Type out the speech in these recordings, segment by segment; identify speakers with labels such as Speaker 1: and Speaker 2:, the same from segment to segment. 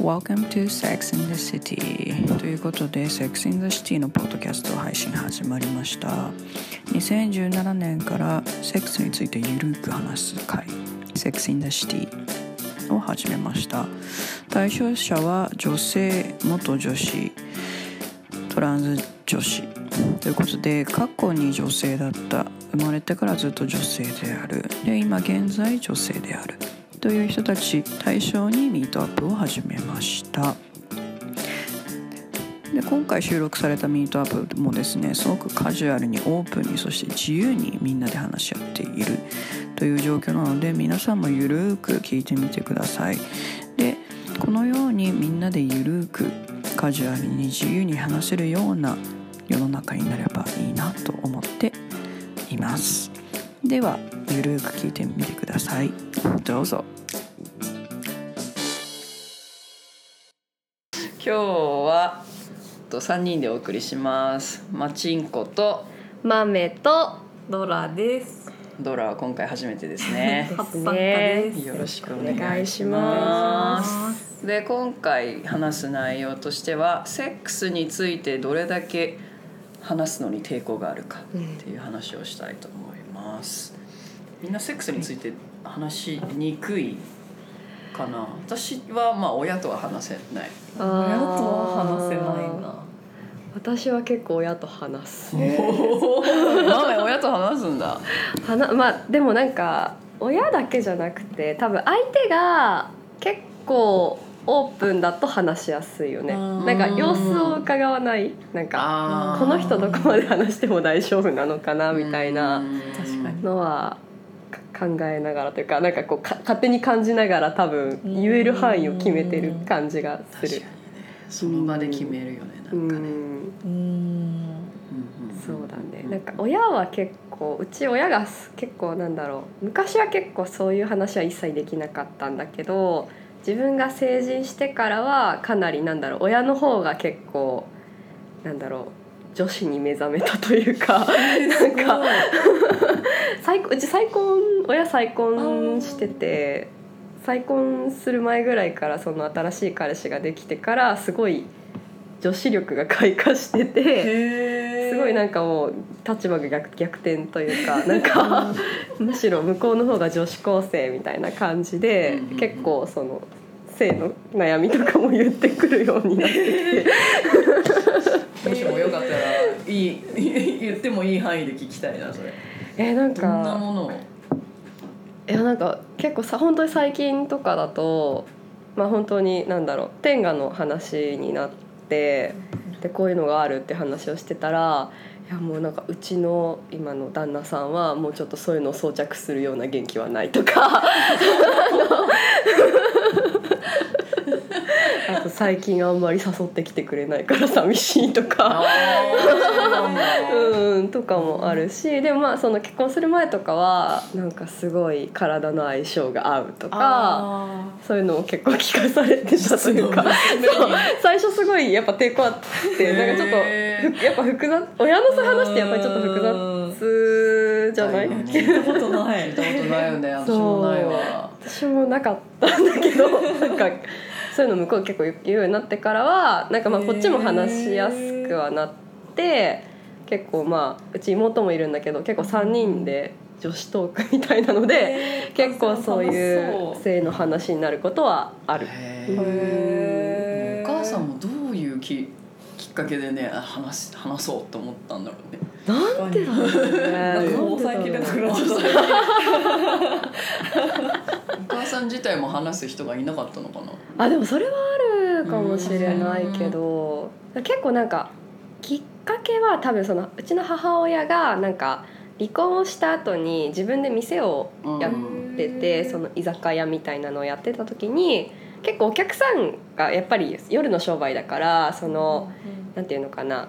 Speaker 1: Welcome to Sex in the City ということで Sex in the City のポッドキャスト配信始まりました2017年からセックスについてゆるく話す会 Sex in the City を始めました対象者は女性元女子トランス女子ということで過去に女性だった生まれてからずっと女性であるで今現在女性であるという人たち対象にミートアップを始めましたで今回収録されたミートアップもですねすごくカジュアルにオープンにそして自由にみんなで話し合っているという状況なので皆さんもゆるーく聞いてみてくださいでこのようにみんなでゆるーくカジュアルに自由に話せるような世の中になればいいなと思っていますではゆるーく聞いてみてくださいどうぞ今日はと3人でお送りしますマチンコと
Speaker 2: マメとドラです。
Speaker 1: ドラは今回初めてです ね
Speaker 2: 葉っぱっかです
Speaker 1: よろしくお
Speaker 3: お願
Speaker 1: 願い
Speaker 3: い
Speaker 1: し
Speaker 3: し
Speaker 1: ま
Speaker 3: ますす。
Speaker 1: で今回話す内容としてはセックスについてどれだけ話すのに抵抗があるかっていう話をしたいと思います。みんなセックスについて話しにくいかな。私はまあ親とは話せない。
Speaker 3: 親と
Speaker 2: 親とは話せない
Speaker 3: な。
Speaker 2: 私は結構親と話 す。
Speaker 1: おー マメ親と話すんだ。
Speaker 2: はなまあでもなんか親だけじゃなくて多分相手が結構オープンだと話しやすいよね。
Speaker 3: うん
Speaker 2: なんか様子を伺わないなんか
Speaker 1: あー
Speaker 2: この人どこまで話しても大丈夫なのかなみたいな
Speaker 1: 確
Speaker 3: かに。
Speaker 2: のは。か考えながらというかなんかこうか勝手に感じながら多分言える範囲を決めてる感じがす
Speaker 1: 確かに
Speaker 2: る
Speaker 1: ね。その場で決めるよね。なん
Speaker 2: う
Speaker 1: かね。
Speaker 2: ん
Speaker 3: うん。
Speaker 1: うんんん
Speaker 2: そうだねなんか親は結構うち親がす結構なんだろう昔は結構そういう話は一切できなかったんだけど自分が成人してからはかなりなんだろう親の方が結構なんだろう女子に目覚めたという かなんか再婚うち再婚親再婚してて再婚する前ぐらいからその新しい彼氏ができてからすごい女子力が開花してて。
Speaker 1: へ
Speaker 2: すごいなん
Speaker 1: か
Speaker 2: んかもう立場が逆逆転とい うかなんかむしろ向こうの方が女子高生みたいな感じで
Speaker 1: うんうんうん
Speaker 2: 結構その性の悩みとかも言ってくるようになってきて
Speaker 1: もしもよかったらいい言ってもいい範囲で聞きたいなそれ
Speaker 2: えなん
Speaker 1: どんな
Speaker 2: か
Speaker 1: ものを
Speaker 2: いやなんか結構さ本当に最近とかだとまあ本当になんだろう天下の話になってでこういうのがあるって話をしてたら。いやもうなんかうちの今の旦那さんはもうちょっとそういうのを装着するような元気はないとかあと最近あんまり誘ってきてくれないから寂しいとか。うんとかもあるしでもまあその結婚する前とかはなんかすごい体の相性が合うとかそういうのを結構聞かされてたというかそう最初すごいやっぱ抵抗あってなんかちょっ
Speaker 1: へ
Speaker 2: とふやっぱ複雑親のそういう話ってやっぱりちょっと複雑じゃない
Speaker 1: 聞いたことない聞いたことないよね私もないわ
Speaker 2: 私もなかったんだけ どなんかそういうの向こう結構言うようになってからはなんかまあこっちも話しやすくはなって結構まあうち妹もいるんだけど結構3人で女子トークみたいなので結構そういう性の話になることはある。
Speaker 1: へ
Speaker 3: へ
Speaker 1: ー
Speaker 3: ー
Speaker 1: お母さんもどういうききっかけでねあ話し話そうと思ったんだろうね
Speaker 2: なんでだろうね。なんでだろう
Speaker 1: お母さん自体も話す人がいなかったのかな
Speaker 2: あでもそれはあるかもしれないけど結構なんかきっかけは多分そのうちの母親がなんか離婚をした後に自分で店をやっててその居酒屋みたいなのをやってた時に結構お客さんがやっぱり夜の商売だからそのなんていうのかな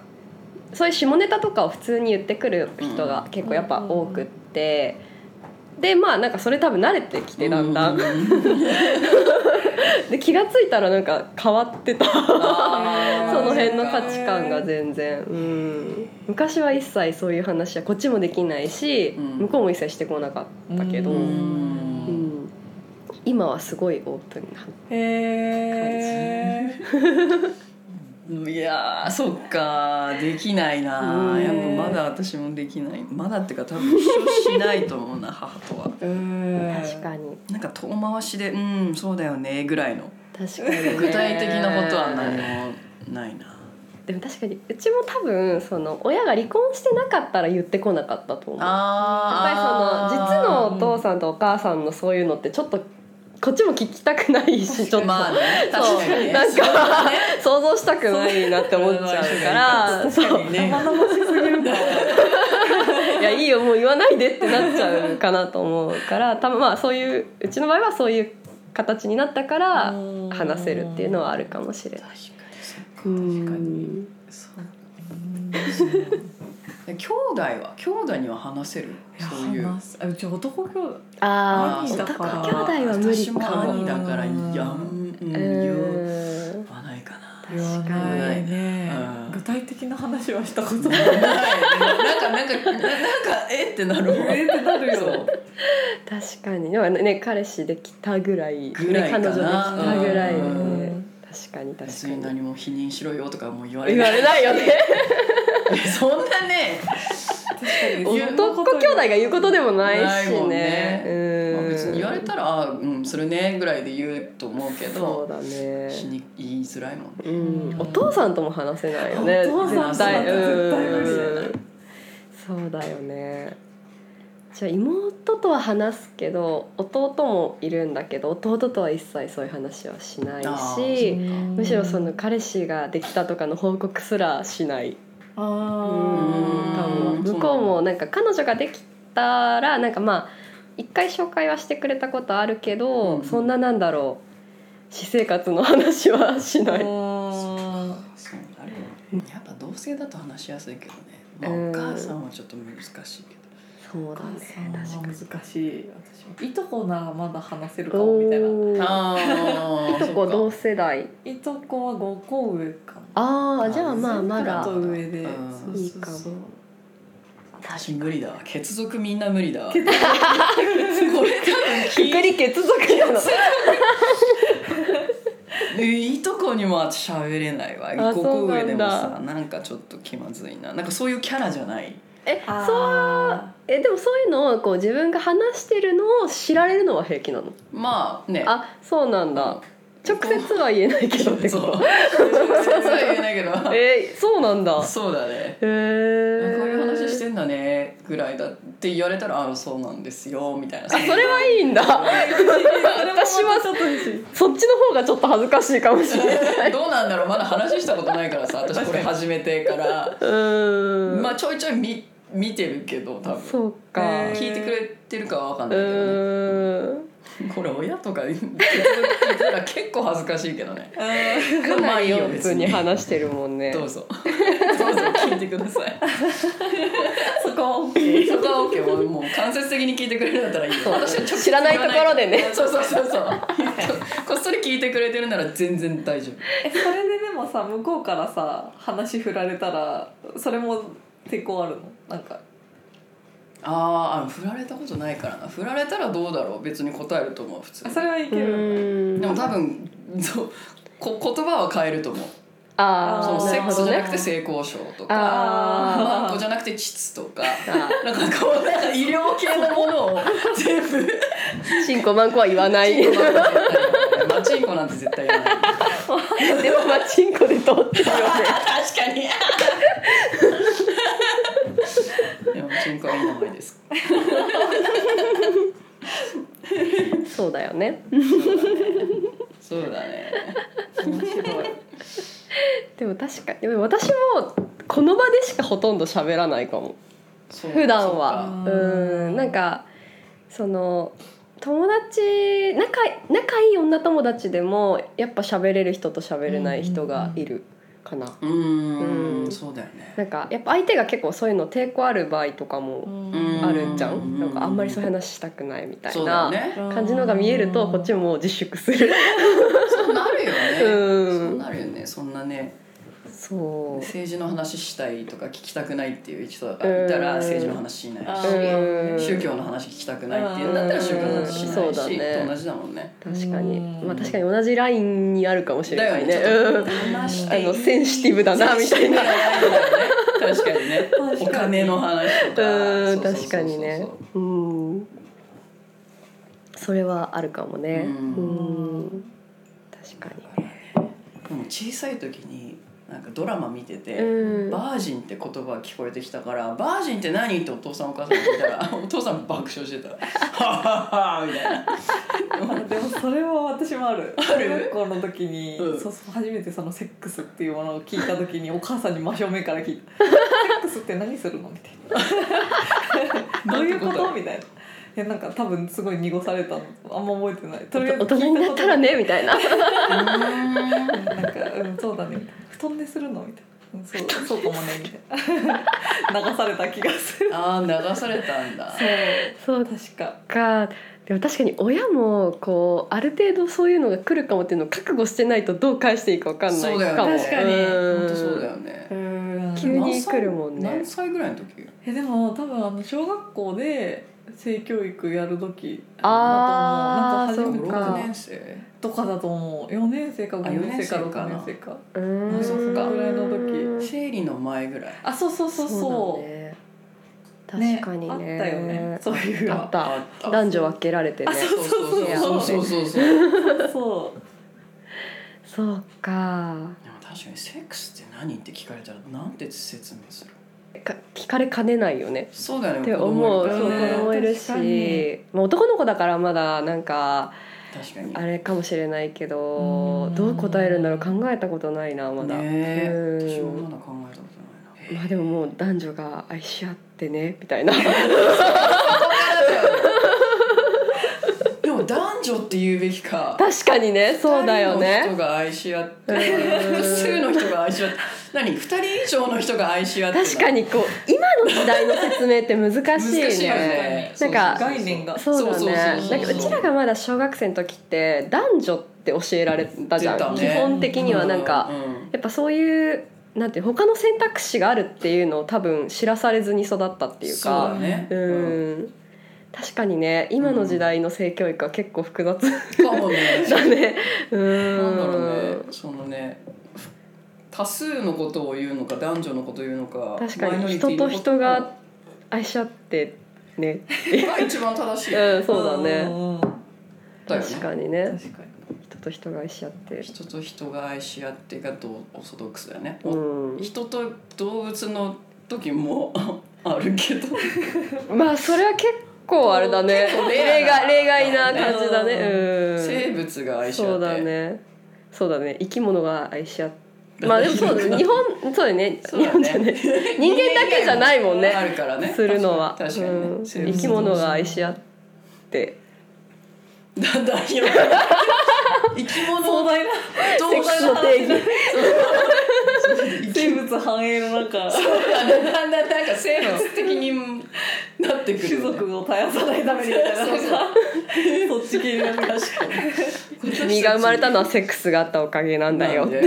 Speaker 2: そういう下ネタとかを普通に言ってくる人が結構やっぱ多くってでまあなんかそれ多分慣れてきてだんだん
Speaker 1: う。
Speaker 2: で気がついたらなんか変わってたそ
Speaker 1: あー
Speaker 2: の辺の価値観が全然うん昔は一切そういう話はこっちもできないし、
Speaker 1: うん
Speaker 2: 向こうも一切してこなかったけど、
Speaker 3: う
Speaker 2: うん
Speaker 3: ん
Speaker 2: 今はすごいオープンな
Speaker 1: へえいやーそっかできないな
Speaker 2: うん
Speaker 1: やっぱまだ私もできないまだっていうか多分一緒しないと思うな母とは
Speaker 3: うん
Speaker 2: 確かに
Speaker 1: なんか遠回しで「うんそうだよね」ぐらいの
Speaker 2: 確かにね、
Speaker 1: 具体的なことは何もないな
Speaker 2: でも確かにうちも多分その親が離婚してなかったら言ってこなかったと思うやっぱ
Speaker 1: あ
Speaker 2: りその実のお父さんとお母さんのそういうのってちょっとこっちも聞きたくないしちょっと、
Speaker 1: まあね
Speaker 2: そう
Speaker 1: 確かにね
Speaker 2: な
Speaker 1: そ
Speaker 2: ん
Speaker 1: う
Speaker 2: か、想像したくないなって思っちゃうから
Speaker 1: 確
Speaker 2: そ
Speaker 1: か
Speaker 2: う
Speaker 1: にね
Speaker 2: いやいいよもう言わないでってなっちゃうかなと思うから多分まあそういううちの場合はそういう形になったから
Speaker 3: うん
Speaker 2: 話せるっていうのはあるかもしれない。
Speaker 1: 確かにそっか
Speaker 2: う
Speaker 1: 確かに
Speaker 2: ん
Speaker 1: そう兄弟は兄弟には話せるそう
Speaker 3: い
Speaker 1: い
Speaker 3: や
Speaker 1: う
Speaker 3: 話すあうち男兄弟
Speaker 2: あ
Speaker 3: 兄
Speaker 2: ー
Speaker 3: だから
Speaker 2: 男兄弟は無理
Speaker 1: 私も
Speaker 2: かも
Speaker 1: 兄だからいやう
Speaker 2: うん
Speaker 1: 言
Speaker 2: ん
Speaker 1: わないかな
Speaker 3: 言わないね
Speaker 1: うん
Speaker 3: 具体的な話はしたことな
Speaker 1: な
Speaker 3: い
Speaker 1: いなんかなんかなんかえってなるわ
Speaker 3: えってなるよ
Speaker 1: そう
Speaker 2: 確かにでもね彼氏できたぐらい
Speaker 1: ぐらいかな
Speaker 2: ね、彼女できたぐらいで、
Speaker 1: う
Speaker 2: ね
Speaker 3: ん、
Speaker 2: 確かに確
Speaker 1: 別
Speaker 2: か
Speaker 1: に
Speaker 2: に
Speaker 1: 何も否認しろよとかも言われ
Speaker 2: 言わ
Speaker 1: ない
Speaker 2: れないよね
Speaker 1: そんなね
Speaker 2: 男兄弟が言うことでもないし
Speaker 1: ないもん
Speaker 2: ね
Speaker 1: ね
Speaker 2: うん、
Speaker 1: まあ別に言われたらあーうんそれねぐらいで言うと思うけ
Speaker 2: そ
Speaker 1: ど
Speaker 2: うだね
Speaker 1: しに言いづらいもんね
Speaker 2: うん、お父さんとも話せないよね
Speaker 3: お父
Speaker 1: さん
Speaker 2: 絶対
Speaker 1: そうだ絶
Speaker 2: うん
Speaker 1: 対無理だよ
Speaker 2: そうだよねじゃあ妹とは話すけど弟もいるんだけど弟とは一切そういう話はしない
Speaker 1: あ
Speaker 2: し
Speaker 1: ー
Speaker 2: むしろその彼氏ができたとかの報告すらしない
Speaker 3: あ
Speaker 1: うん
Speaker 3: ー
Speaker 2: 向こうもなんか彼女ができたらなんかまあ一回紹介はしてくれたことあるけど、
Speaker 1: うん
Speaker 2: そんななんだろう私生活の話はし
Speaker 3: う
Speaker 2: ない
Speaker 3: ん
Speaker 1: そうなるよねやっぱ同性だと話しやすいけどね、まあ、
Speaker 2: うん
Speaker 1: お母さんはちょっと難しいけど
Speaker 2: そう
Speaker 3: お
Speaker 2: だ
Speaker 3: 母さん
Speaker 2: ね確か
Speaker 3: は
Speaker 2: に
Speaker 3: 難しい私もいとこならまだ話せるかもみたいな
Speaker 1: あ
Speaker 2: いとこ同世代
Speaker 3: いとこは5個上かな
Speaker 2: ああ
Speaker 1: あ
Speaker 2: じゃあまあま
Speaker 3: ちょっ
Speaker 2: だ
Speaker 3: と上で
Speaker 1: うん
Speaker 3: そうそうそう
Speaker 2: いいかも
Speaker 1: 私無理だわ血族みんな無理だ わこれ多分
Speaker 2: くくり血族なの
Speaker 1: いいとこにも喋れないわ
Speaker 2: あ
Speaker 1: 5個上でも
Speaker 2: そう
Speaker 1: さ
Speaker 2: な
Speaker 1: なんかちょっと気まずいななんかそういうキャラじゃない
Speaker 2: えそう
Speaker 3: あ
Speaker 2: えでもそういうのをこう自分が話してるのを知られるのは平気なの
Speaker 1: まあね
Speaker 2: あそうなんだ直接は言えないけどって
Speaker 1: そう
Speaker 2: こ
Speaker 1: 直接は言えないけど
Speaker 2: と えーそうなんだへ
Speaker 1: そうだね
Speaker 2: え
Speaker 1: こういう話してんだねぐらいだって言われたらあそうなんですよみたいな
Speaker 2: あそれはいいんだ 私は
Speaker 3: ちょっと嬉しい
Speaker 2: そっちの方がちょっと恥ずかしいかもしれ ない
Speaker 1: どうなん だろうまだ話したことないからさ私これ始めてから
Speaker 2: うーん
Speaker 1: まあちょいちょい見見てるけど多分
Speaker 2: そうか、
Speaker 3: えー
Speaker 1: 聞いてくれてるかは分かん
Speaker 2: う
Speaker 1: ないけど、ね、
Speaker 2: ーん
Speaker 1: これ親とか言ってたら結構恥ずかしいけどね
Speaker 3: うん
Speaker 2: かなりオープンに
Speaker 1: まあいいよ
Speaker 2: 話してるもんね
Speaker 1: 別にどうぞどうぞ聞いてください
Speaker 3: そこは OK
Speaker 1: そこは OK もうもう間接的に聞いてくれるんだったらいいよ
Speaker 2: そう
Speaker 1: 私は直接
Speaker 2: 知らないところでね
Speaker 1: 言わないそうそうそうそうこっそり聞いてくれてるなら全然大丈夫
Speaker 3: えそれででもさ向こうからさ話振られたらそれも抵抗あるのなんか
Speaker 1: あーあ振られたことないからな振られたらどうだろう別に答えると思う普通
Speaker 3: あそれはいけ
Speaker 2: う
Speaker 3: る
Speaker 2: ーん
Speaker 1: でも多分そうこ言葉は変えると思う
Speaker 2: あ
Speaker 1: そ
Speaker 2: あ
Speaker 1: のセ
Speaker 2: なる
Speaker 1: ック
Speaker 2: ほ
Speaker 1: ス
Speaker 2: ど
Speaker 1: じゃな
Speaker 2: ね
Speaker 1: くて性交渉とか
Speaker 2: あ
Speaker 3: ー
Speaker 1: マンコじゃなくて膣とか
Speaker 2: あ
Speaker 1: なんかこうなんか医療系のものを全部
Speaker 2: ーチンコマンコは言わない でも
Speaker 1: マチンコなんて絶対言わない
Speaker 2: まあチンコで通ってるよね
Speaker 1: 確かにでもマチンコはいい名前です
Speaker 2: そうだよね
Speaker 1: そうだね
Speaker 3: 面白い
Speaker 2: でも確かにでも私もこの場でしかほとんど喋らないかも
Speaker 1: そう
Speaker 2: 普段は
Speaker 1: そううか
Speaker 3: か
Speaker 2: ーんなんかその友達仲仲いい女友達でもやっぱ喋れる人と喋れない人がいるかな、
Speaker 1: うー
Speaker 2: うんん
Speaker 1: そうだよね
Speaker 2: なんかやっぱ相手が結構そういうの抵抗ある場合とかも
Speaker 1: ん
Speaker 2: あるじゃん、
Speaker 1: うん
Speaker 2: なんかあんまりそういう話したくないみた
Speaker 1: そ
Speaker 2: いう
Speaker 1: だよ
Speaker 2: な
Speaker 1: ね
Speaker 2: 感じのが見えるとこっちも自粛する
Speaker 1: そうなるよね
Speaker 2: うん
Speaker 1: そうなるよねそんなね
Speaker 2: そう
Speaker 1: 政治の話したいとか聞きたくないっていう人がいたら
Speaker 2: うん
Speaker 1: 政治の話しない
Speaker 2: うん
Speaker 1: し宗教の話聞きたくないっていうんだったら宗教の話し
Speaker 2: う
Speaker 1: なんい
Speaker 2: そうだ
Speaker 1: し、
Speaker 2: ね
Speaker 1: と同じだもんね。
Speaker 2: 確かに
Speaker 3: うん
Speaker 2: まあ確かに同じラインにあるかもしれないね
Speaker 1: だよね
Speaker 2: うん
Speaker 1: 話し
Speaker 2: あのセンシティブだなみた
Speaker 1: センシティ
Speaker 2: いな
Speaker 1: ブだなみたいなね確かにね
Speaker 3: 確かに
Speaker 1: お金の話とか
Speaker 2: うん
Speaker 1: そうそうそうそう
Speaker 2: 確かにねうんそれはあるかもねう
Speaker 1: うん
Speaker 2: ん確かにね
Speaker 1: でも小さい時になんかドラマ見てて、
Speaker 2: うん
Speaker 1: バージンって言葉が聞こえてきたから「バージンって何?」ってお父さんお母さんに聞いたらお父さん爆笑してた「はははみたいな
Speaker 3: でもそれは私もある中学校の時に、
Speaker 1: うん
Speaker 3: そうそう初めてそのセックスっていうものを聞いた時にお母さんに真正面から聞いた「セックスって何するの?」みたいな「どういうこ
Speaker 1: なんてこと
Speaker 3: と?」みたいな。いやなんか多分すごい濁されたのあんま覚えてないとりあえず
Speaker 2: 大人になったらねみたいな
Speaker 1: う
Speaker 3: なんか、うん、そうだねみたいな布団でするのみたいなうんそうそうかもねみたいな流された気がする
Speaker 1: ーんあー流されたんだ
Speaker 3: そう
Speaker 2: そう
Speaker 3: 確か
Speaker 2: かでも確かに親もこうある程度そういうのが来るかもっていうのを覚悟してないとどう返していいか分かんな
Speaker 1: そうだよね
Speaker 2: いかも
Speaker 3: 確か
Speaker 2: う
Speaker 3: に
Speaker 2: ん
Speaker 1: 本当そうだよね
Speaker 3: うん
Speaker 2: 急に来るもんね
Speaker 1: 何歳ぐらいの時
Speaker 3: えでも多分あの小学校で性教育やる時
Speaker 2: あー
Speaker 3: だと思うな
Speaker 2: そ
Speaker 3: んか初
Speaker 1: 6
Speaker 2: うか
Speaker 3: めてか
Speaker 1: 年生
Speaker 3: とかだと思う4年生か5年
Speaker 1: あ
Speaker 3: 生か
Speaker 1: 四年生か
Speaker 3: 6
Speaker 1: な
Speaker 3: 年生か
Speaker 2: うん
Speaker 1: あそっか
Speaker 3: ぐらいの時
Speaker 1: 生理の前ぐらい
Speaker 3: あそうそうそうそう
Speaker 2: そうだね確かにね
Speaker 3: あったよねそういう
Speaker 2: あ
Speaker 3: の
Speaker 2: った
Speaker 1: あった
Speaker 2: 男女分けられてね
Speaker 1: そうそうそうそうそうそうそう
Speaker 3: そう
Speaker 2: そう
Speaker 1: で
Speaker 2: か
Speaker 1: も確かにセックスって何って聞かれたらなんて説明する
Speaker 2: か聞かれかねないよね
Speaker 1: そうだよね
Speaker 2: って思う
Speaker 1: 子
Speaker 2: そう
Speaker 1: 供いるから
Speaker 2: 子
Speaker 1: ね
Speaker 2: 供いるし
Speaker 3: 確かに、
Speaker 2: まあ、男の子だからまだなんか
Speaker 1: 確かに
Speaker 2: あれかもしれないけ
Speaker 3: う
Speaker 2: ど
Speaker 3: ん
Speaker 2: どう答えるんだろう考えたことないなまだ、
Speaker 1: ねえ
Speaker 2: うん
Speaker 1: 私もまだ考えたことないな
Speaker 2: まあでももう男女が愛し合ってねみたいな
Speaker 1: でも男女って言うべきか
Speaker 2: 確かにねそうだよ
Speaker 1: 二人の人
Speaker 2: ね
Speaker 1: が愛し合って
Speaker 2: うん
Speaker 1: 複数の人が愛し合って何二人以上の人が愛し合って
Speaker 2: 確かにこう今の時代の説明って難しいね
Speaker 1: 難しいよね
Speaker 2: なんか
Speaker 1: そうそうそう
Speaker 3: 概念が
Speaker 2: そうだ
Speaker 1: そうそうそう
Speaker 2: ね
Speaker 1: そう
Speaker 2: なんかうちらがまだ小学生の時って男女って教えられたじゃ
Speaker 1: 出た
Speaker 2: ん、
Speaker 1: ね
Speaker 2: 基本的にはなんか、
Speaker 1: うんうん
Speaker 2: やっぱそういうなんていう他の選択肢があるっていうのを多分知らされずに育ったっていう
Speaker 1: そう
Speaker 2: か
Speaker 1: だね
Speaker 2: うん確かにね今の時代の性教育は結構複雑
Speaker 1: かもね
Speaker 2: だねう
Speaker 1: なんだろ
Speaker 2: ん
Speaker 1: うねそのね多数のことを言うのか男女のことを言うのか
Speaker 2: 確か
Speaker 1: マイノ
Speaker 2: に
Speaker 1: リテ
Speaker 2: 人
Speaker 1: ィのこ
Speaker 2: と人が愛し合ってね
Speaker 1: が一番正しいだよ
Speaker 2: うんそうだね
Speaker 3: んうん
Speaker 1: ね
Speaker 2: 確かにね
Speaker 3: 確かに
Speaker 2: 人と人が愛し合って
Speaker 1: 人と人が愛し合ってがどうオーソドックスだよね、
Speaker 2: うん
Speaker 1: 人と動物の時もあるけど
Speaker 2: まあそれは結構あれだね
Speaker 1: 結構レ
Speaker 2: 例
Speaker 1: アな
Speaker 2: 外例外な感じだねうん
Speaker 1: 生物が愛し合
Speaker 2: そ
Speaker 1: っ
Speaker 2: う
Speaker 1: て
Speaker 2: だねそうだね生き物が愛し合っ
Speaker 1: だね
Speaker 2: てまあでもそうだ ね日本そうだね
Speaker 1: そう
Speaker 2: 日
Speaker 1: だ
Speaker 2: 本じゃ
Speaker 1: ね
Speaker 2: ね人間だけじゃないもんね
Speaker 1: あるからね
Speaker 2: するのは
Speaker 1: 確かにね、
Speaker 2: うん
Speaker 1: 生物
Speaker 2: 生き物が愛し合って
Speaker 1: だんだん広がる生き物
Speaker 3: 壮大な
Speaker 1: 動
Speaker 2: セッ
Speaker 1: 物
Speaker 2: クスの定義
Speaker 3: 生物繁栄の中
Speaker 1: だんだんなんか生物的になってくる
Speaker 3: 種
Speaker 1: よね、
Speaker 3: 族を絶やさないためにみたい な
Speaker 1: そうそう
Speaker 3: なんかそっち系になる
Speaker 1: 確かに
Speaker 2: 君が生まれたのはセックスがあったおかげなんだ
Speaker 1: なん
Speaker 2: よ
Speaker 1: でえ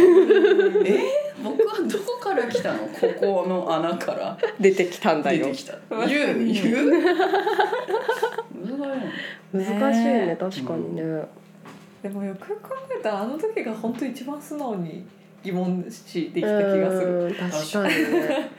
Speaker 1: 僕はどこから来たのここの穴から
Speaker 2: 出てきたんだ
Speaker 1: 出
Speaker 2: よ
Speaker 1: てきた言 う言う
Speaker 2: 難しい
Speaker 3: ね
Speaker 2: ね確かにね、
Speaker 3: でもよくよく考えたらあの時が本当一番素直に疑問視できた気がする
Speaker 2: うん確かにね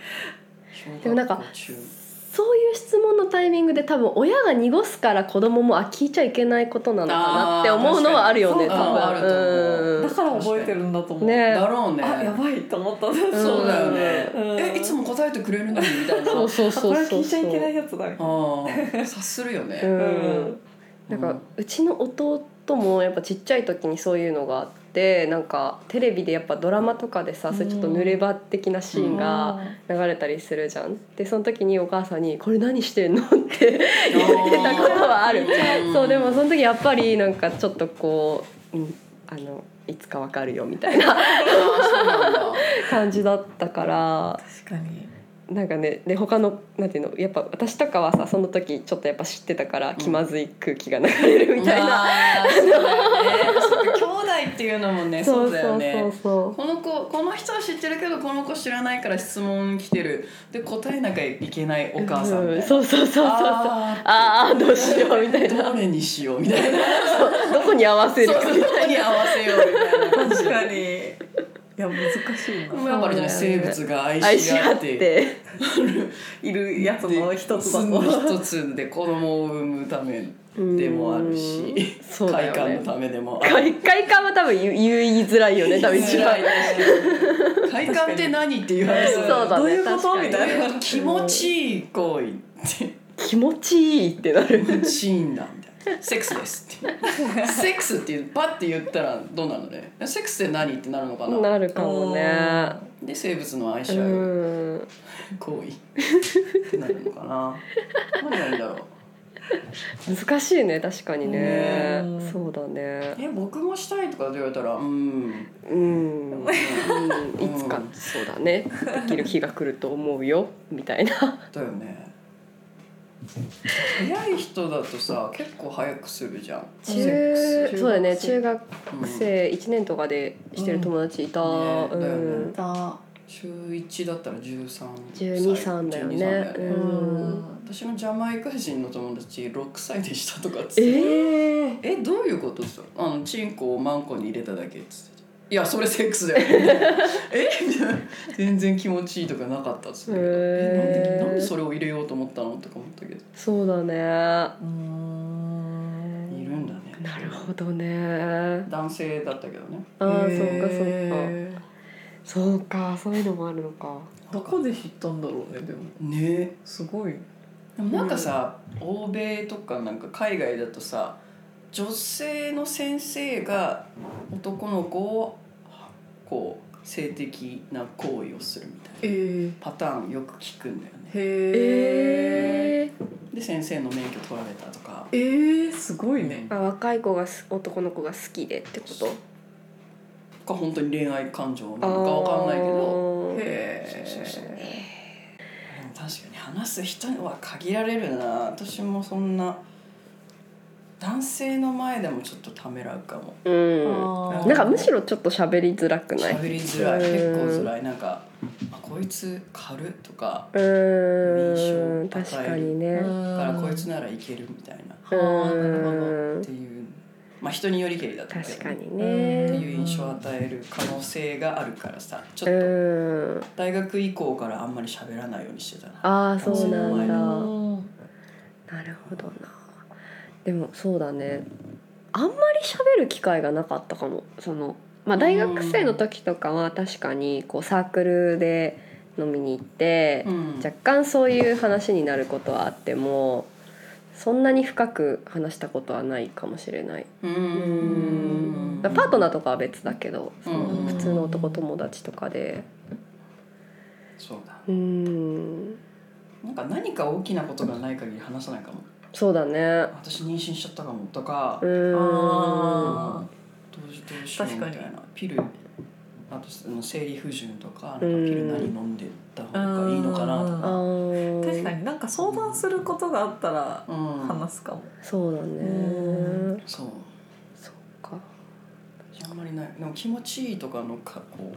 Speaker 2: でもなんか
Speaker 1: 小学校
Speaker 2: そういう質問のタイミングで多分親が濁すから子供もあ聞いちゃいけないことなのかなって思うのはあるよね
Speaker 3: あ
Speaker 2: 多
Speaker 3: ー
Speaker 2: 分
Speaker 3: 確かに
Speaker 1: そうあると思う
Speaker 2: うん
Speaker 3: だから覚えてるんだと思う、
Speaker 2: ね
Speaker 1: 中だろうね
Speaker 3: あやばいと思った、
Speaker 2: ん
Speaker 1: そうだよね、
Speaker 3: うん
Speaker 1: えいつも答えてくれるのにみたいな
Speaker 2: そうそう
Speaker 3: あ
Speaker 2: そ
Speaker 3: こ
Speaker 2: う
Speaker 3: れは
Speaker 2: そ
Speaker 3: 聞
Speaker 2: う
Speaker 3: いちゃいけない
Speaker 2: そ
Speaker 3: やつだみたい
Speaker 1: ああ察するよ
Speaker 2: う
Speaker 1: ね、
Speaker 3: な、
Speaker 2: うんなんかうちの弟もやっぱちっちゃい時にそういうのがあってなんかテレビでやっぱドラマとかでさそういうちょっと濡れ場的なシーンが流れたりするじゃん。でその時にお母さんに「これ何してんの?」って言ってたことはある。そうでもその時やっぱりなんかちょっとこう、うん、あのいつかわかるよみたいな
Speaker 1: あーそうなんだ
Speaker 2: 感じだったから
Speaker 3: 確かに
Speaker 2: なんかねで他のなんていうのやっぱ私とかはさその時ちょっとやっぱ知 ってたから気まずい空気が流れるみたいな、
Speaker 1: な。そうだよねそっか兄弟っていいうのもねそうだよね
Speaker 2: そうそう
Speaker 1: この子この人は知ってるけどこの子知らないから質問来てるで答えなきゃいけないお
Speaker 2: そう
Speaker 1: 母さんみたいな、
Speaker 2: うんそうそうそうそうあ
Speaker 1: あ
Speaker 2: あーどうしようみたい
Speaker 1: ー
Speaker 2: な
Speaker 1: どれにしようみたいな
Speaker 2: どこに合わせる
Speaker 1: そう
Speaker 2: か
Speaker 1: そうどこに合わせようみたいな感じ
Speaker 3: 確かにいや難しいな
Speaker 1: だからじゃない生物が愛
Speaker 2: 愛
Speaker 1: し
Speaker 2: し
Speaker 1: 合
Speaker 2: 合
Speaker 1: っ
Speaker 2: ってて
Speaker 3: いるやつの一つだ
Speaker 1: そ
Speaker 3: と
Speaker 1: の一つで子供を産むためでもあるし、
Speaker 2: うんそうだ
Speaker 1: 快
Speaker 2: よ
Speaker 1: 感の
Speaker 2: ね
Speaker 1: ためでもある
Speaker 2: 快快感は多分言い言いづらいよね多分一番
Speaker 1: 言いづらいね快感って何っていう話
Speaker 2: そうだね
Speaker 3: どういうこと
Speaker 2: 確かに
Speaker 3: みたいな
Speaker 1: 気持ちいい行為 って
Speaker 2: 気持ちいいってなる
Speaker 1: 気持ちいいんだみたいな「セックスです」って「セックス」ってパッて言ったらどうなのね「セックスって何?」ってなるのかな
Speaker 2: なるかもね
Speaker 1: で生物の愛
Speaker 2: う
Speaker 1: し合うん行為ってなるのかな何なんだろう
Speaker 2: 難しいね確かにね
Speaker 3: ね
Speaker 2: そうだね
Speaker 1: え僕もしたいとかって言われたらうん
Speaker 2: う ん、うん、い
Speaker 1: ん
Speaker 2: つかそうだねできる日が来ると思うよみた いな
Speaker 1: だよね早い人だとさ結構早くするじゃんセックス
Speaker 2: 中そうだね中学
Speaker 1: うん
Speaker 2: 生1年とかでしてる友達いた、
Speaker 1: うんね
Speaker 2: う
Speaker 1: だよね
Speaker 2: ん
Speaker 3: た
Speaker 1: 中一だったら13歳
Speaker 2: 12 3だよね
Speaker 1: 12だよね
Speaker 2: うん
Speaker 1: 私のジャマイカ人の友達6歳でしたとかっつ
Speaker 2: え
Speaker 1: って
Speaker 2: ー
Speaker 1: えどういうことっつったらあのチンコをマンコに入れただけっつっていやそれセックスだよ ねえみたいな全然気持ちいいとかなかったっつって、
Speaker 2: へー
Speaker 1: えなんでなんでそれを入れようと思ったのとか思ったけど
Speaker 2: そうだねない
Speaker 1: るんだね
Speaker 2: るほどね
Speaker 1: 男性だったけどね
Speaker 2: ああそうかそうか
Speaker 3: へー
Speaker 2: そうかそういうのもあるのか
Speaker 3: どこで知ったんだろうねでも
Speaker 1: ね
Speaker 3: すごい
Speaker 1: でもなんかさ、欧米とかなんか海外だとさ女性の先生が男の子をこう性的な行為をするみたいな
Speaker 3: え
Speaker 1: パターンよく聞くんだよね
Speaker 3: ー、へえ
Speaker 2: えー
Speaker 1: で先生の免許取られたとか
Speaker 3: えー、すごいね
Speaker 2: あ若い子がす男の子が好きでってこと
Speaker 1: か本当に恋愛感情な
Speaker 2: あ
Speaker 1: のかわかんないけど
Speaker 2: ー
Speaker 3: へ
Speaker 1: そうそうそう
Speaker 3: え
Speaker 1: でも確かに話す人は限られるな私もそんな男性の前でもちょっとためらうかも
Speaker 2: うん
Speaker 1: ー
Speaker 2: なんかむしろちょっと喋りづらくない
Speaker 1: 喋りづらい結構
Speaker 2: うん
Speaker 1: づらいなんか「あこいつ軽っ」とか
Speaker 2: うーん
Speaker 1: 印象を与える
Speaker 2: 確かにね
Speaker 1: 「だからこいつならいける」みたいな
Speaker 3: あーなるほど
Speaker 2: う
Speaker 1: っ
Speaker 2: ん
Speaker 1: ていうまあ人によりけりだと思うけ
Speaker 2: 確
Speaker 1: ど
Speaker 2: か
Speaker 1: ね
Speaker 2: に
Speaker 1: って
Speaker 2: ね
Speaker 1: いう印象を与える可能性があるからさちょ
Speaker 2: う
Speaker 1: っと
Speaker 2: ん
Speaker 1: 大学以降からあんまり喋らないようにしてたな
Speaker 2: ああそうなんだ
Speaker 3: うん
Speaker 2: なるほどなでもそうだねあんまり喋る機会がなかったかもその、まあ、大学生の時とかは確かにこうサークルで飲みに行って
Speaker 1: うん
Speaker 2: 若干そういう話になることはあってもそんなに深く話したことはないかもしれない
Speaker 1: うん
Speaker 2: だからパートナーとかは別だけどその
Speaker 1: うん
Speaker 2: 普通の男友達とかで
Speaker 1: そうだ
Speaker 2: うん
Speaker 1: なんか何か大きなことがない限り話さないかも
Speaker 2: そうだね
Speaker 1: 私妊娠しちゃったかもとか
Speaker 2: う
Speaker 3: あ
Speaker 2: ん
Speaker 3: ー
Speaker 1: どうしどうしようみたい
Speaker 3: 確
Speaker 1: なピルあとその生理不順とかなんかピ
Speaker 2: うん
Speaker 1: ル何飲んでた方がいいのかなと
Speaker 2: あ
Speaker 1: か
Speaker 2: ー
Speaker 3: 確かになんか相談することがあったら
Speaker 1: うん
Speaker 3: 話すかも、
Speaker 2: そうだね、
Speaker 3: う
Speaker 1: そう
Speaker 2: そっか
Speaker 1: あんまりないでも気持ちいいとかのかこう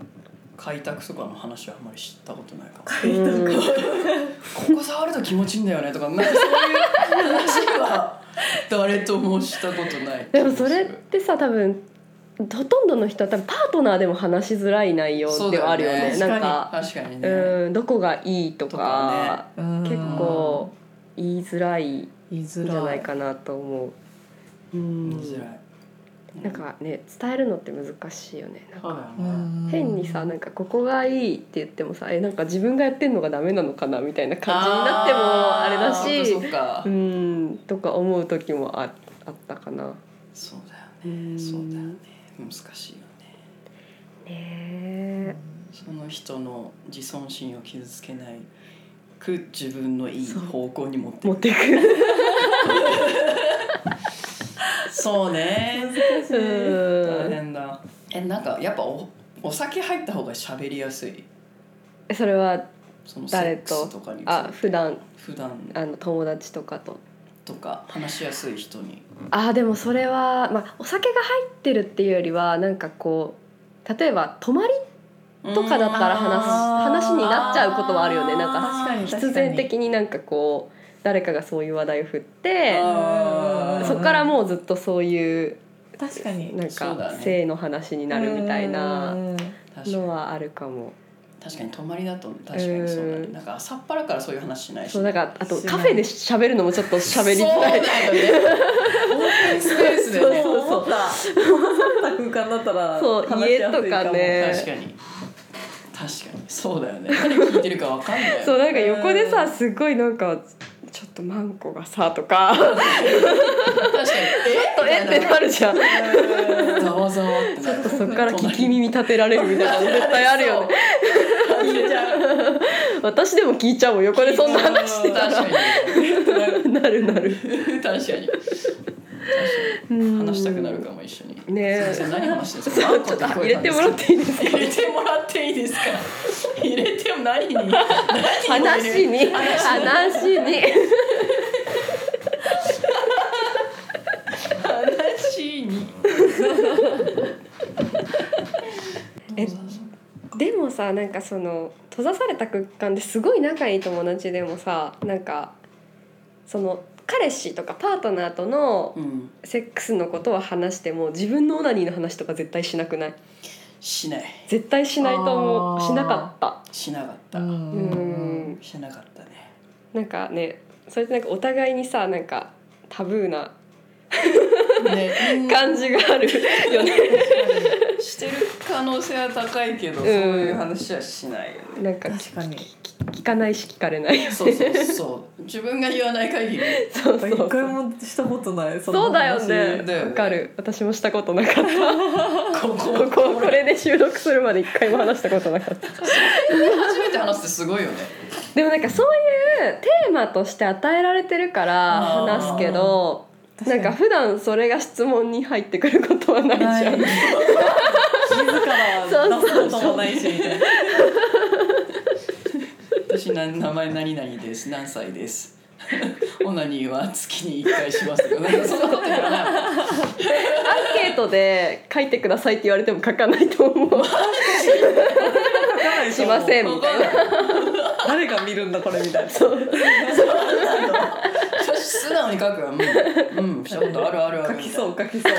Speaker 1: 開拓とかの話はあんまり知ったことないかもここ触ると気持ちいいんだよねとかなんかそういう話は誰ともしたことない
Speaker 2: でもそれってさ多分ほとんどの人は多分パートナーでも話しづらい内容ではあるよね
Speaker 1: そうだよね
Speaker 2: なんか
Speaker 1: 確かにね、
Speaker 2: うんどこがいいと
Speaker 1: とか
Speaker 2: か
Speaker 3: うん
Speaker 2: 結構言いづらいん
Speaker 3: 言いづ
Speaker 2: じ
Speaker 3: らい
Speaker 2: ゃないかなと思ううん
Speaker 1: 言いづらい
Speaker 2: なんかね伝えるのって難しいよねなんか
Speaker 1: そうだよね、
Speaker 3: うん
Speaker 2: 変にさなんかここがいいって言ってもさえなんか自分がやってんのがダメなのかなみたいな感じになってもあれだし
Speaker 1: あーそっかそ
Speaker 2: う
Speaker 1: っか
Speaker 2: んとか思う時もああったかな。
Speaker 1: そうだ
Speaker 2: う
Speaker 1: よね
Speaker 2: ん
Speaker 1: そうだよね難しいよね
Speaker 2: ね
Speaker 1: その人の自尊心を傷つけないく自分のいい方向に持って
Speaker 2: え持
Speaker 1: い
Speaker 2: っ
Speaker 1: く
Speaker 2: てく。
Speaker 1: そうね
Speaker 3: 難しい、
Speaker 1: 大
Speaker 2: う
Speaker 1: 変だえなんかやっぱおお酒入った方が喋りやすい
Speaker 2: ん。それは
Speaker 1: そのセ
Speaker 2: 誰
Speaker 1: ック
Speaker 2: と
Speaker 1: スとかに
Speaker 2: あ普段
Speaker 1: 普段
Speaker 2: あの友達とかと
Speaker 1: とか話しやすい人に
Speaker 2: あーでもそれは、まあ、お酒が入ってるっていうよりはなんかこう例えば泊まりとかだったら話す話になっちゃうことはあるよねなんか
Speaker 1: 確かに
Speaker 2: 必然的になんかこう誰かがそういう話題を振って
Speaker 1: あー
Speaker 2: そこからもうずっとそういう
Speaker 3: 確かに
Speaker 2: なん
Speaker 1: そうだ
Speaker 2: か
Speaker 1: ね
Speaker 2: 性の話になるみたいな
Speaker 3: うん
Speaker 1: 確かに
Speaker 2: のはあるかも
Speaker 1: 確かに泊まりだと確かにそうだね
Speaker 2: うん
Speaker 1: なんか朝っぱらからそういう話しないし
Speaker 2: そうなんかあと
Speaker 3: しない
Speaker 2: カフェで喋るのもちょっと喋りたい
Speaker 1: そうだよねオープンスペースでね
Speaker 2: そうそう
Speaker 3: 思った 思った空間だったら
Speaker 2: そう
Speaker 3: 話しやすい
Speaker 2: 家とかね
Speaker 1: 確かに確かにそうだよね何聞いてるかわかんない
Speaker 2: そう
Speaker 1: う
Speaker 2: なんか横で
Speaker 3: う
Speaker 2: さ
Speaker 3: ん
Speaker 2: すごいなんかちょっとマンコがさ とか
Speaker 1: 確かに
Speaker 2: えってなるじゃん
Speaker 1: えざわざわってなる
Speaker 2: そっから聞き耳立てられるみたいなの絶対あるよね
Speaker 1: 聞いちゃう
Speaker 2: 私でも聞いちゃうもん横でそんな話してた
Speaker 1: 確
Speaker 2: ら
Speaker 1: かに
Speaker 2: なるなる
Speaker 1: 確かに話
Speaker 2: 話
Speaker 1: したくなるかも一緒に
Speaker 2: ねえ
Speaker 1: すいません何話してるんですか
Speaker 2: そうちょっと入れてもらっていいですか
Speaker 1: 入れてもらっていいですか入れても何に何に
Speaker 2: 話に話に
Speaker 1: 話に
Speaker 2: えでもさなんかその閉ざされた空間ですごい仲いい友達でもさなんかその彼氏とかパートナーとの
Speaker 1: うん
Speaker 2: セックスのことは話しても自分のオナニーの話とか絶対しなくない
Speaker 1: しない
Speaker 2: 絶対しないと思
Speaker 3: あ
Speaker 2: う
Speaker 3: ー
Speaker 2: しなかった
Speaker 1: しなかった
Speaker 2: うーん
Speaker 1: しなかったね
Speaker 2: なんかねそれってなんかお互いにさなんかタブーな
Speaker 1: ね
Speaker 2: 感じがあ るよね
Speaker 1: してる可能性は高いけど、
Speaker 2: ん
Speaker 1: そういう話はしないよね
Speaker 2: なんか
Speaker 3: 確かに
Speaker 2: 聞かないし聞かれない
Speaker 1: そうそうそう自分が言わない限り
Speaker 2: そうそうそ
Speaker 3: 一
Speaker 2: う
Speaker 3: 回もしたことないそ
Speaker 2: そう
Speaker 3: の
Speaker 2: だ
Speaker 3: 話
Speaker 2: よね
Speaker 1: だよね
Speaker 2: わかる私もしたことなかった
Speaker 1: ここ
Speaker 2: こここれで収録するまで一回も話したことなかった
Speaker 1: 初めて話すってすごいよね
Speaker 2: でもなんかそういうテーマとして与えられてるから
Speaker 1: あー
Speaker 2: 話すけど
Speaker 3: 確
Speaker 2: な
Speaker 3: か
Speaker 2: ん
Speaker 3: に
Speaker 2: か普段それが質問に入ってくることはないじ
Speaker 3: ない
Speaker 2: ゃん
Speaker 3: 自ら出すこともないしみたいな
Speaker 1: 私な名前何々です何歳ですオナニーは月に1回しますとかなんかそんなこと言わない
Speaker 2: アンケートで書いてくださいって言われても書かないと思 うしませんみたいな
Speaker 3: 誰が見るんだこれみたいな
Speaker 1: 私素直に書くわうん、うん、したことあるあるあ
Speaker 3: 書
Speaker 1: る
Speaker 3: き
Speaker 1: みたい
Speaker 3: そ
Speaker 1: な
Speaker 3: う書 きそう
Speaker 1: だっ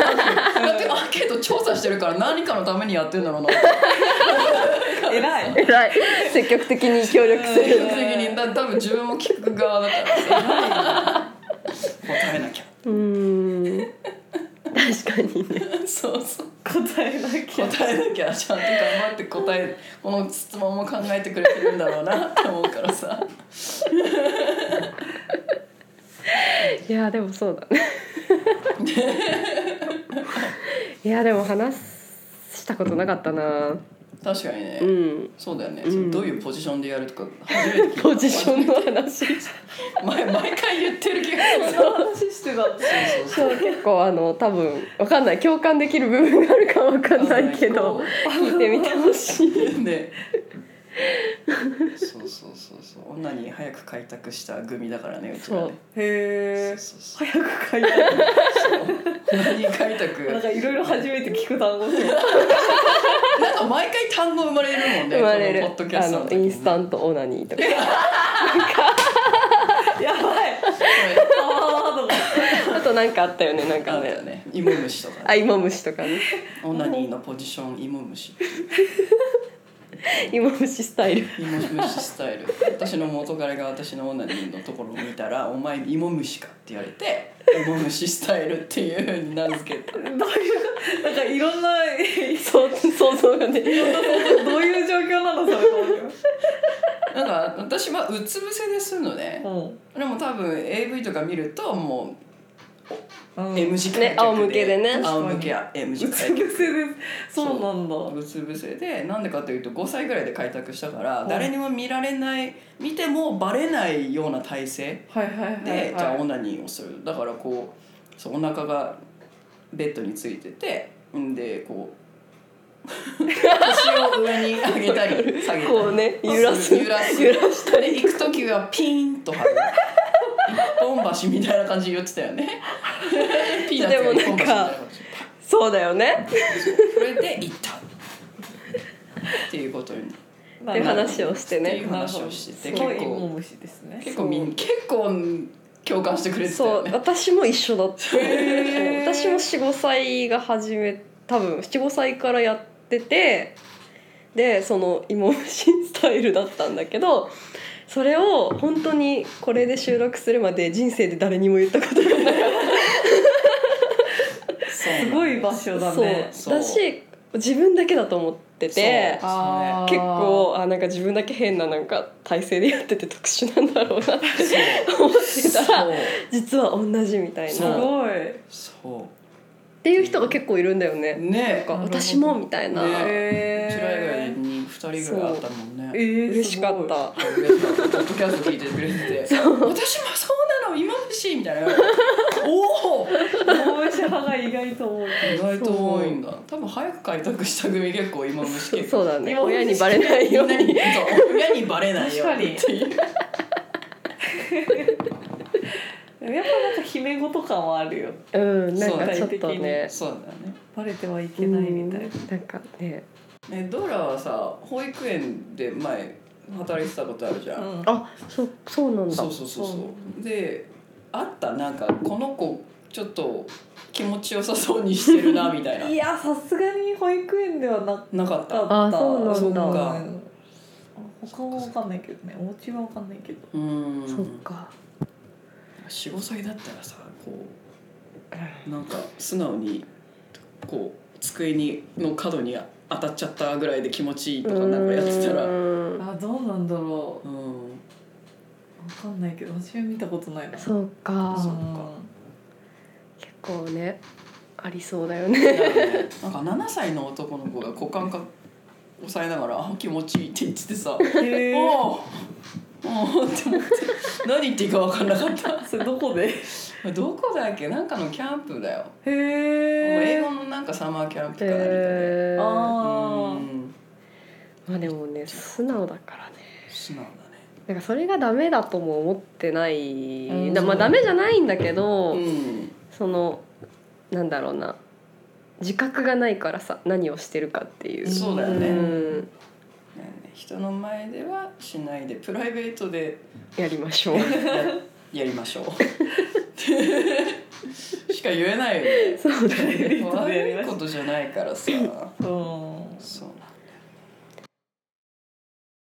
Speaker 1: てアンケート調査してるから何かのためにやってんだろうな
Speaker 3: 偉い
Speaker 2: 偉い積極的に協力す
Speaker 1: 積
Speaker 2: る
Speaker 1: 極的にだ多分自分も聞く側だからさ答えなきゃ
Speaker 2: うーん 確かにね
Speaker 1: そうそう
Speaker 3: 答えなきゃ
Speaker 1: 答えなきゃちゃんと頑張って答えこの質問も考えてくれてるんだろうなって思うからさ
Speaker 2: いやでもそうだねいやでも話したことなかったな
Speaker 1: 確かにね、
Speaker 2: うん
Speaker 1: そうだよね、
Speaker 2: ん
Speaker 1: それどういうポジションでやるとか初めて聞い
Speaker 2: ポジションの話
Speaker 1: た前毎回言ってるけど
Speaker 3: 話してた
Speaker 1: そうそう
Speaker 2: そう結構あの多分わかんない共感できる部分があるかわかんないけど聞いてみてほしい
Speaker 1: そうねそうそうそうそう女に早く開拓した組だからねうちらね
Speaker 3: へえ
Speaker 1: そうそう
Speaker 3: 早く書いて
Speaker 1: そう女に開拓
Speaker 3: なんかいろいろ初めて聞く単語とか
Speaker 1: なんか毎回単語生まれるもんね
Speaker 2: 生まれる
Speaker 1: このポッドキャ
Speaker 2: あ
Speaker 1: ストの
Speaker 2: の
Speaker 1: 時に
Speaker 2: インスタントオナニーとか
Speaker 3: やばいあーとか
Speaker 2: あとなんかあったよねなん
Speaker 1: あ
Speaker 2: か
Speaker 1: ったよ
Speaker 2: ね
Speaker 1: ねイモムシとか
Speaker 2: あイモムシとかね
Speaker 1: オナニーのポジションイモムシ
Speaker 2: イモムシスタイル
Speaker 1: イモムシスタイル私の元彼が私のオナニーのところを見たら「お前イモムシか」って言われて「イモムシスタイル」っていうふうに名付けて
Speaker 3: なんかいろんな
Speaker 2: そう想像がね
Speaker 3: どういう状況なのそれと思うよ
Speaker 1: なんか私はうつ伏せでするのねでも多分 AV とか見るとも
Speaker 3: うん
Speaker 1: う
Speaker 3: うん
Speaker 1: M 字開脚
Speaker 2: ね仰向けでね
Speaker 1: 仰向けや M 字
Speaker 3: うつ
Speaker 1: 開脚
Speaker 3: 伏せですそうなんだ
Speaker 1: うつ伏せでなんでかというと5歳ぐらいで開拓したから誰にも見られない見てもバレないような体勢
Speaker 3: はいはいはい、はい
Speaker 1: で、じゃあオナニーをするだからこうそうお腹がベッドについててんでこう腰を上に上げたり下げたり
Speaker 2: こうね揺らす
Speaker 1: 揺らす
Speaker 2: 揺らしたり
Speaker 1: で行く時はピーンと張る行ポン橋みたいな感じで言ってたよねピーナッツ
Speaker 2: でも
Speaker 1: よ
Speaker 2: な
Speaker 1: りポン橋
Speaker 2: んか
Speaker 1: みたいな感じ
Speaker 2: そうだよね
Speaker 1: それで行ったっていうことに
Speaker 3: ま
Speaker 2: って話をして
Speaker 1: ってい
Speaker 2: ね
Speaker 1: う話をしてて
Speaker 3: すごい
Speaker 1: 結構
Speaker 3: 芋虫ですね
Speaker 1: 結構みん結構共感してくれてた
Speaker 2: そ
Speaker 1: よ
Speaker 2: う
Speaker 1: ね
Speaker 2: 私も一緒だったそう
Speaker 3: へー
Speaker 2: 私も45歳が始め多分45歳からやっててでその芋虫スタイルだったんだけどそれを本当にこれで収録するまで人生で誰にも言ったことがない
Speaker 1: す
Speaker 3: すごい場所だね
Speaker 2: そ
Speaker 1: そう
Speaker 2: うだし自分だけだと思ってて
Speaker 1: そう
Speaker 3: あー
Speaker 2: 結構あなんか自分だけ変ななんか体勢でやってて特殊なんだろうなって思ってたら 実は同じみたい
Speaker 3: す
Speaker 1: そう
Speaker 2: なっ
Speaker 3: ごい
Speaker 1: そう
Speaker 2: ていう人が結構いるんだよね
Speaker 1: ね
Speaker 2: なんか私もみたいな、
Speaker 1: ねえうちら以外
Speaker 3: へ
Speaker 1: に2人ぐらいあったもんね
Speaker 3: えー
Speaker 2: 嬉しかっ
Speaker 3: す
Speaker 2: た
Speaker 1: ポッドキャスト聞いてくれてて「私もそうなの今しい」みたいな「おお!」
Speaker 3: ごい芋虫派が意外と多い
Speaker 1: 意外と多いんだ多分早く開拓した組結構今虫
Speaker 2: そう
Speaker 1: 結
Speaker 2: そ
Speaker 1: 構
Speaker 2: うだね
Speaker 3: 芋虫
Speaker 2: 親にバレない
Speaker 1: み
Speaker 2: よ
Speaker 1: ん
Speaker 2: う
Speaker 1: なに
Speaker 2: に
Speaker 1: そう親にバレないようにっていう
Speaker 3: やっぱなんか姫事感はあるよ
Speaker 2: うんなん
Speaker 1: そう
Speaker 2: かちょっとね
Speaker 1: そうだよね
Speaker 3: バレてはいけないみたいな
Speaker 2: うんなんかね
Speaker 1: ねドラはさ保育園で前働いてたことあるじゃん、
Speaker 3: うん
Speaker 2: あそそうなんだ
Speaker 1: そうそうそうそうであったなんかこの子ちょっと気持ちよさそうにしてるなみたい
Speaker 3: いやさすがに保育園ではなかっ
Speaker 1: ななかったた
Speaker 2: あそうなんだ
Speaker 3: そう
Speaker 1: か
Speaker 3: 他は分かんないけどねお家は分かんないけど
Speaker 1: うん
Speaker 2: そっか
Speaker 1: 45歳だったらさこうなんか素直にこう机にの角に当たっちゃったぐらいで気持ちいいとかなんかやってた
Speaker 2: う
Speaker 1: ら
Speaker 2: ーん
Speaker 3: あどうなんだろう
Speaker 1: うん
Speaker 3: 分かんないけど私は見たことないな
Speaker 2: そうか
Speaker 1: そう
Speaker 2: 結構ねありそうだよね
Speaker 1: だからねなんか7歳の男の子が股間か押さえながら「あ気持ちいい」って言っててさ「
Speaker 3: かへ
Speaker 1: お
Speaker 3: え
Speaker 1: お!」おおって思って何言っていいか分かんなかった
Speaker 3: それどこで
Speaker 1: どこだっけなんかのキャンプだよ、
Speaker 3: へ
Speaker 1: 英
Speaker 3: え
Speaker 1: 語のなんかサマーキャンプか何かで、
Speaker 2: えー、
Speaker 3: あ
Speaker 1: う ん
Speaker 2: まあでもね素直だからね
Speaker 1: 素直だね
Speaker 2: なんかそれがダメだとも思ってない、
Speaker 3: うん
Speaker 2: だまあダメじゃないんだけど、
Speaker 1: うん
Speaker 2: そのなんだろうな自覚がないからさ何をしてるかっていう
Speaker 1: そうだよね
Speaker 2: ん
Speaker 1: ね人の前ではしないでプライベートで
Speaker 2: やりましょう
Speaker 1: ややりましょうしか言えないよね
Speaker 2: そうだね
Speaker 3: ートでやりま
Speaker 1: 悪
Speaker 3: し
Speaker 1: い
Speaker 3: ょ
Speaker 1: こ
Speaker 3: う
Speaker 1: とじゃないからさ
Speaker 3: あうん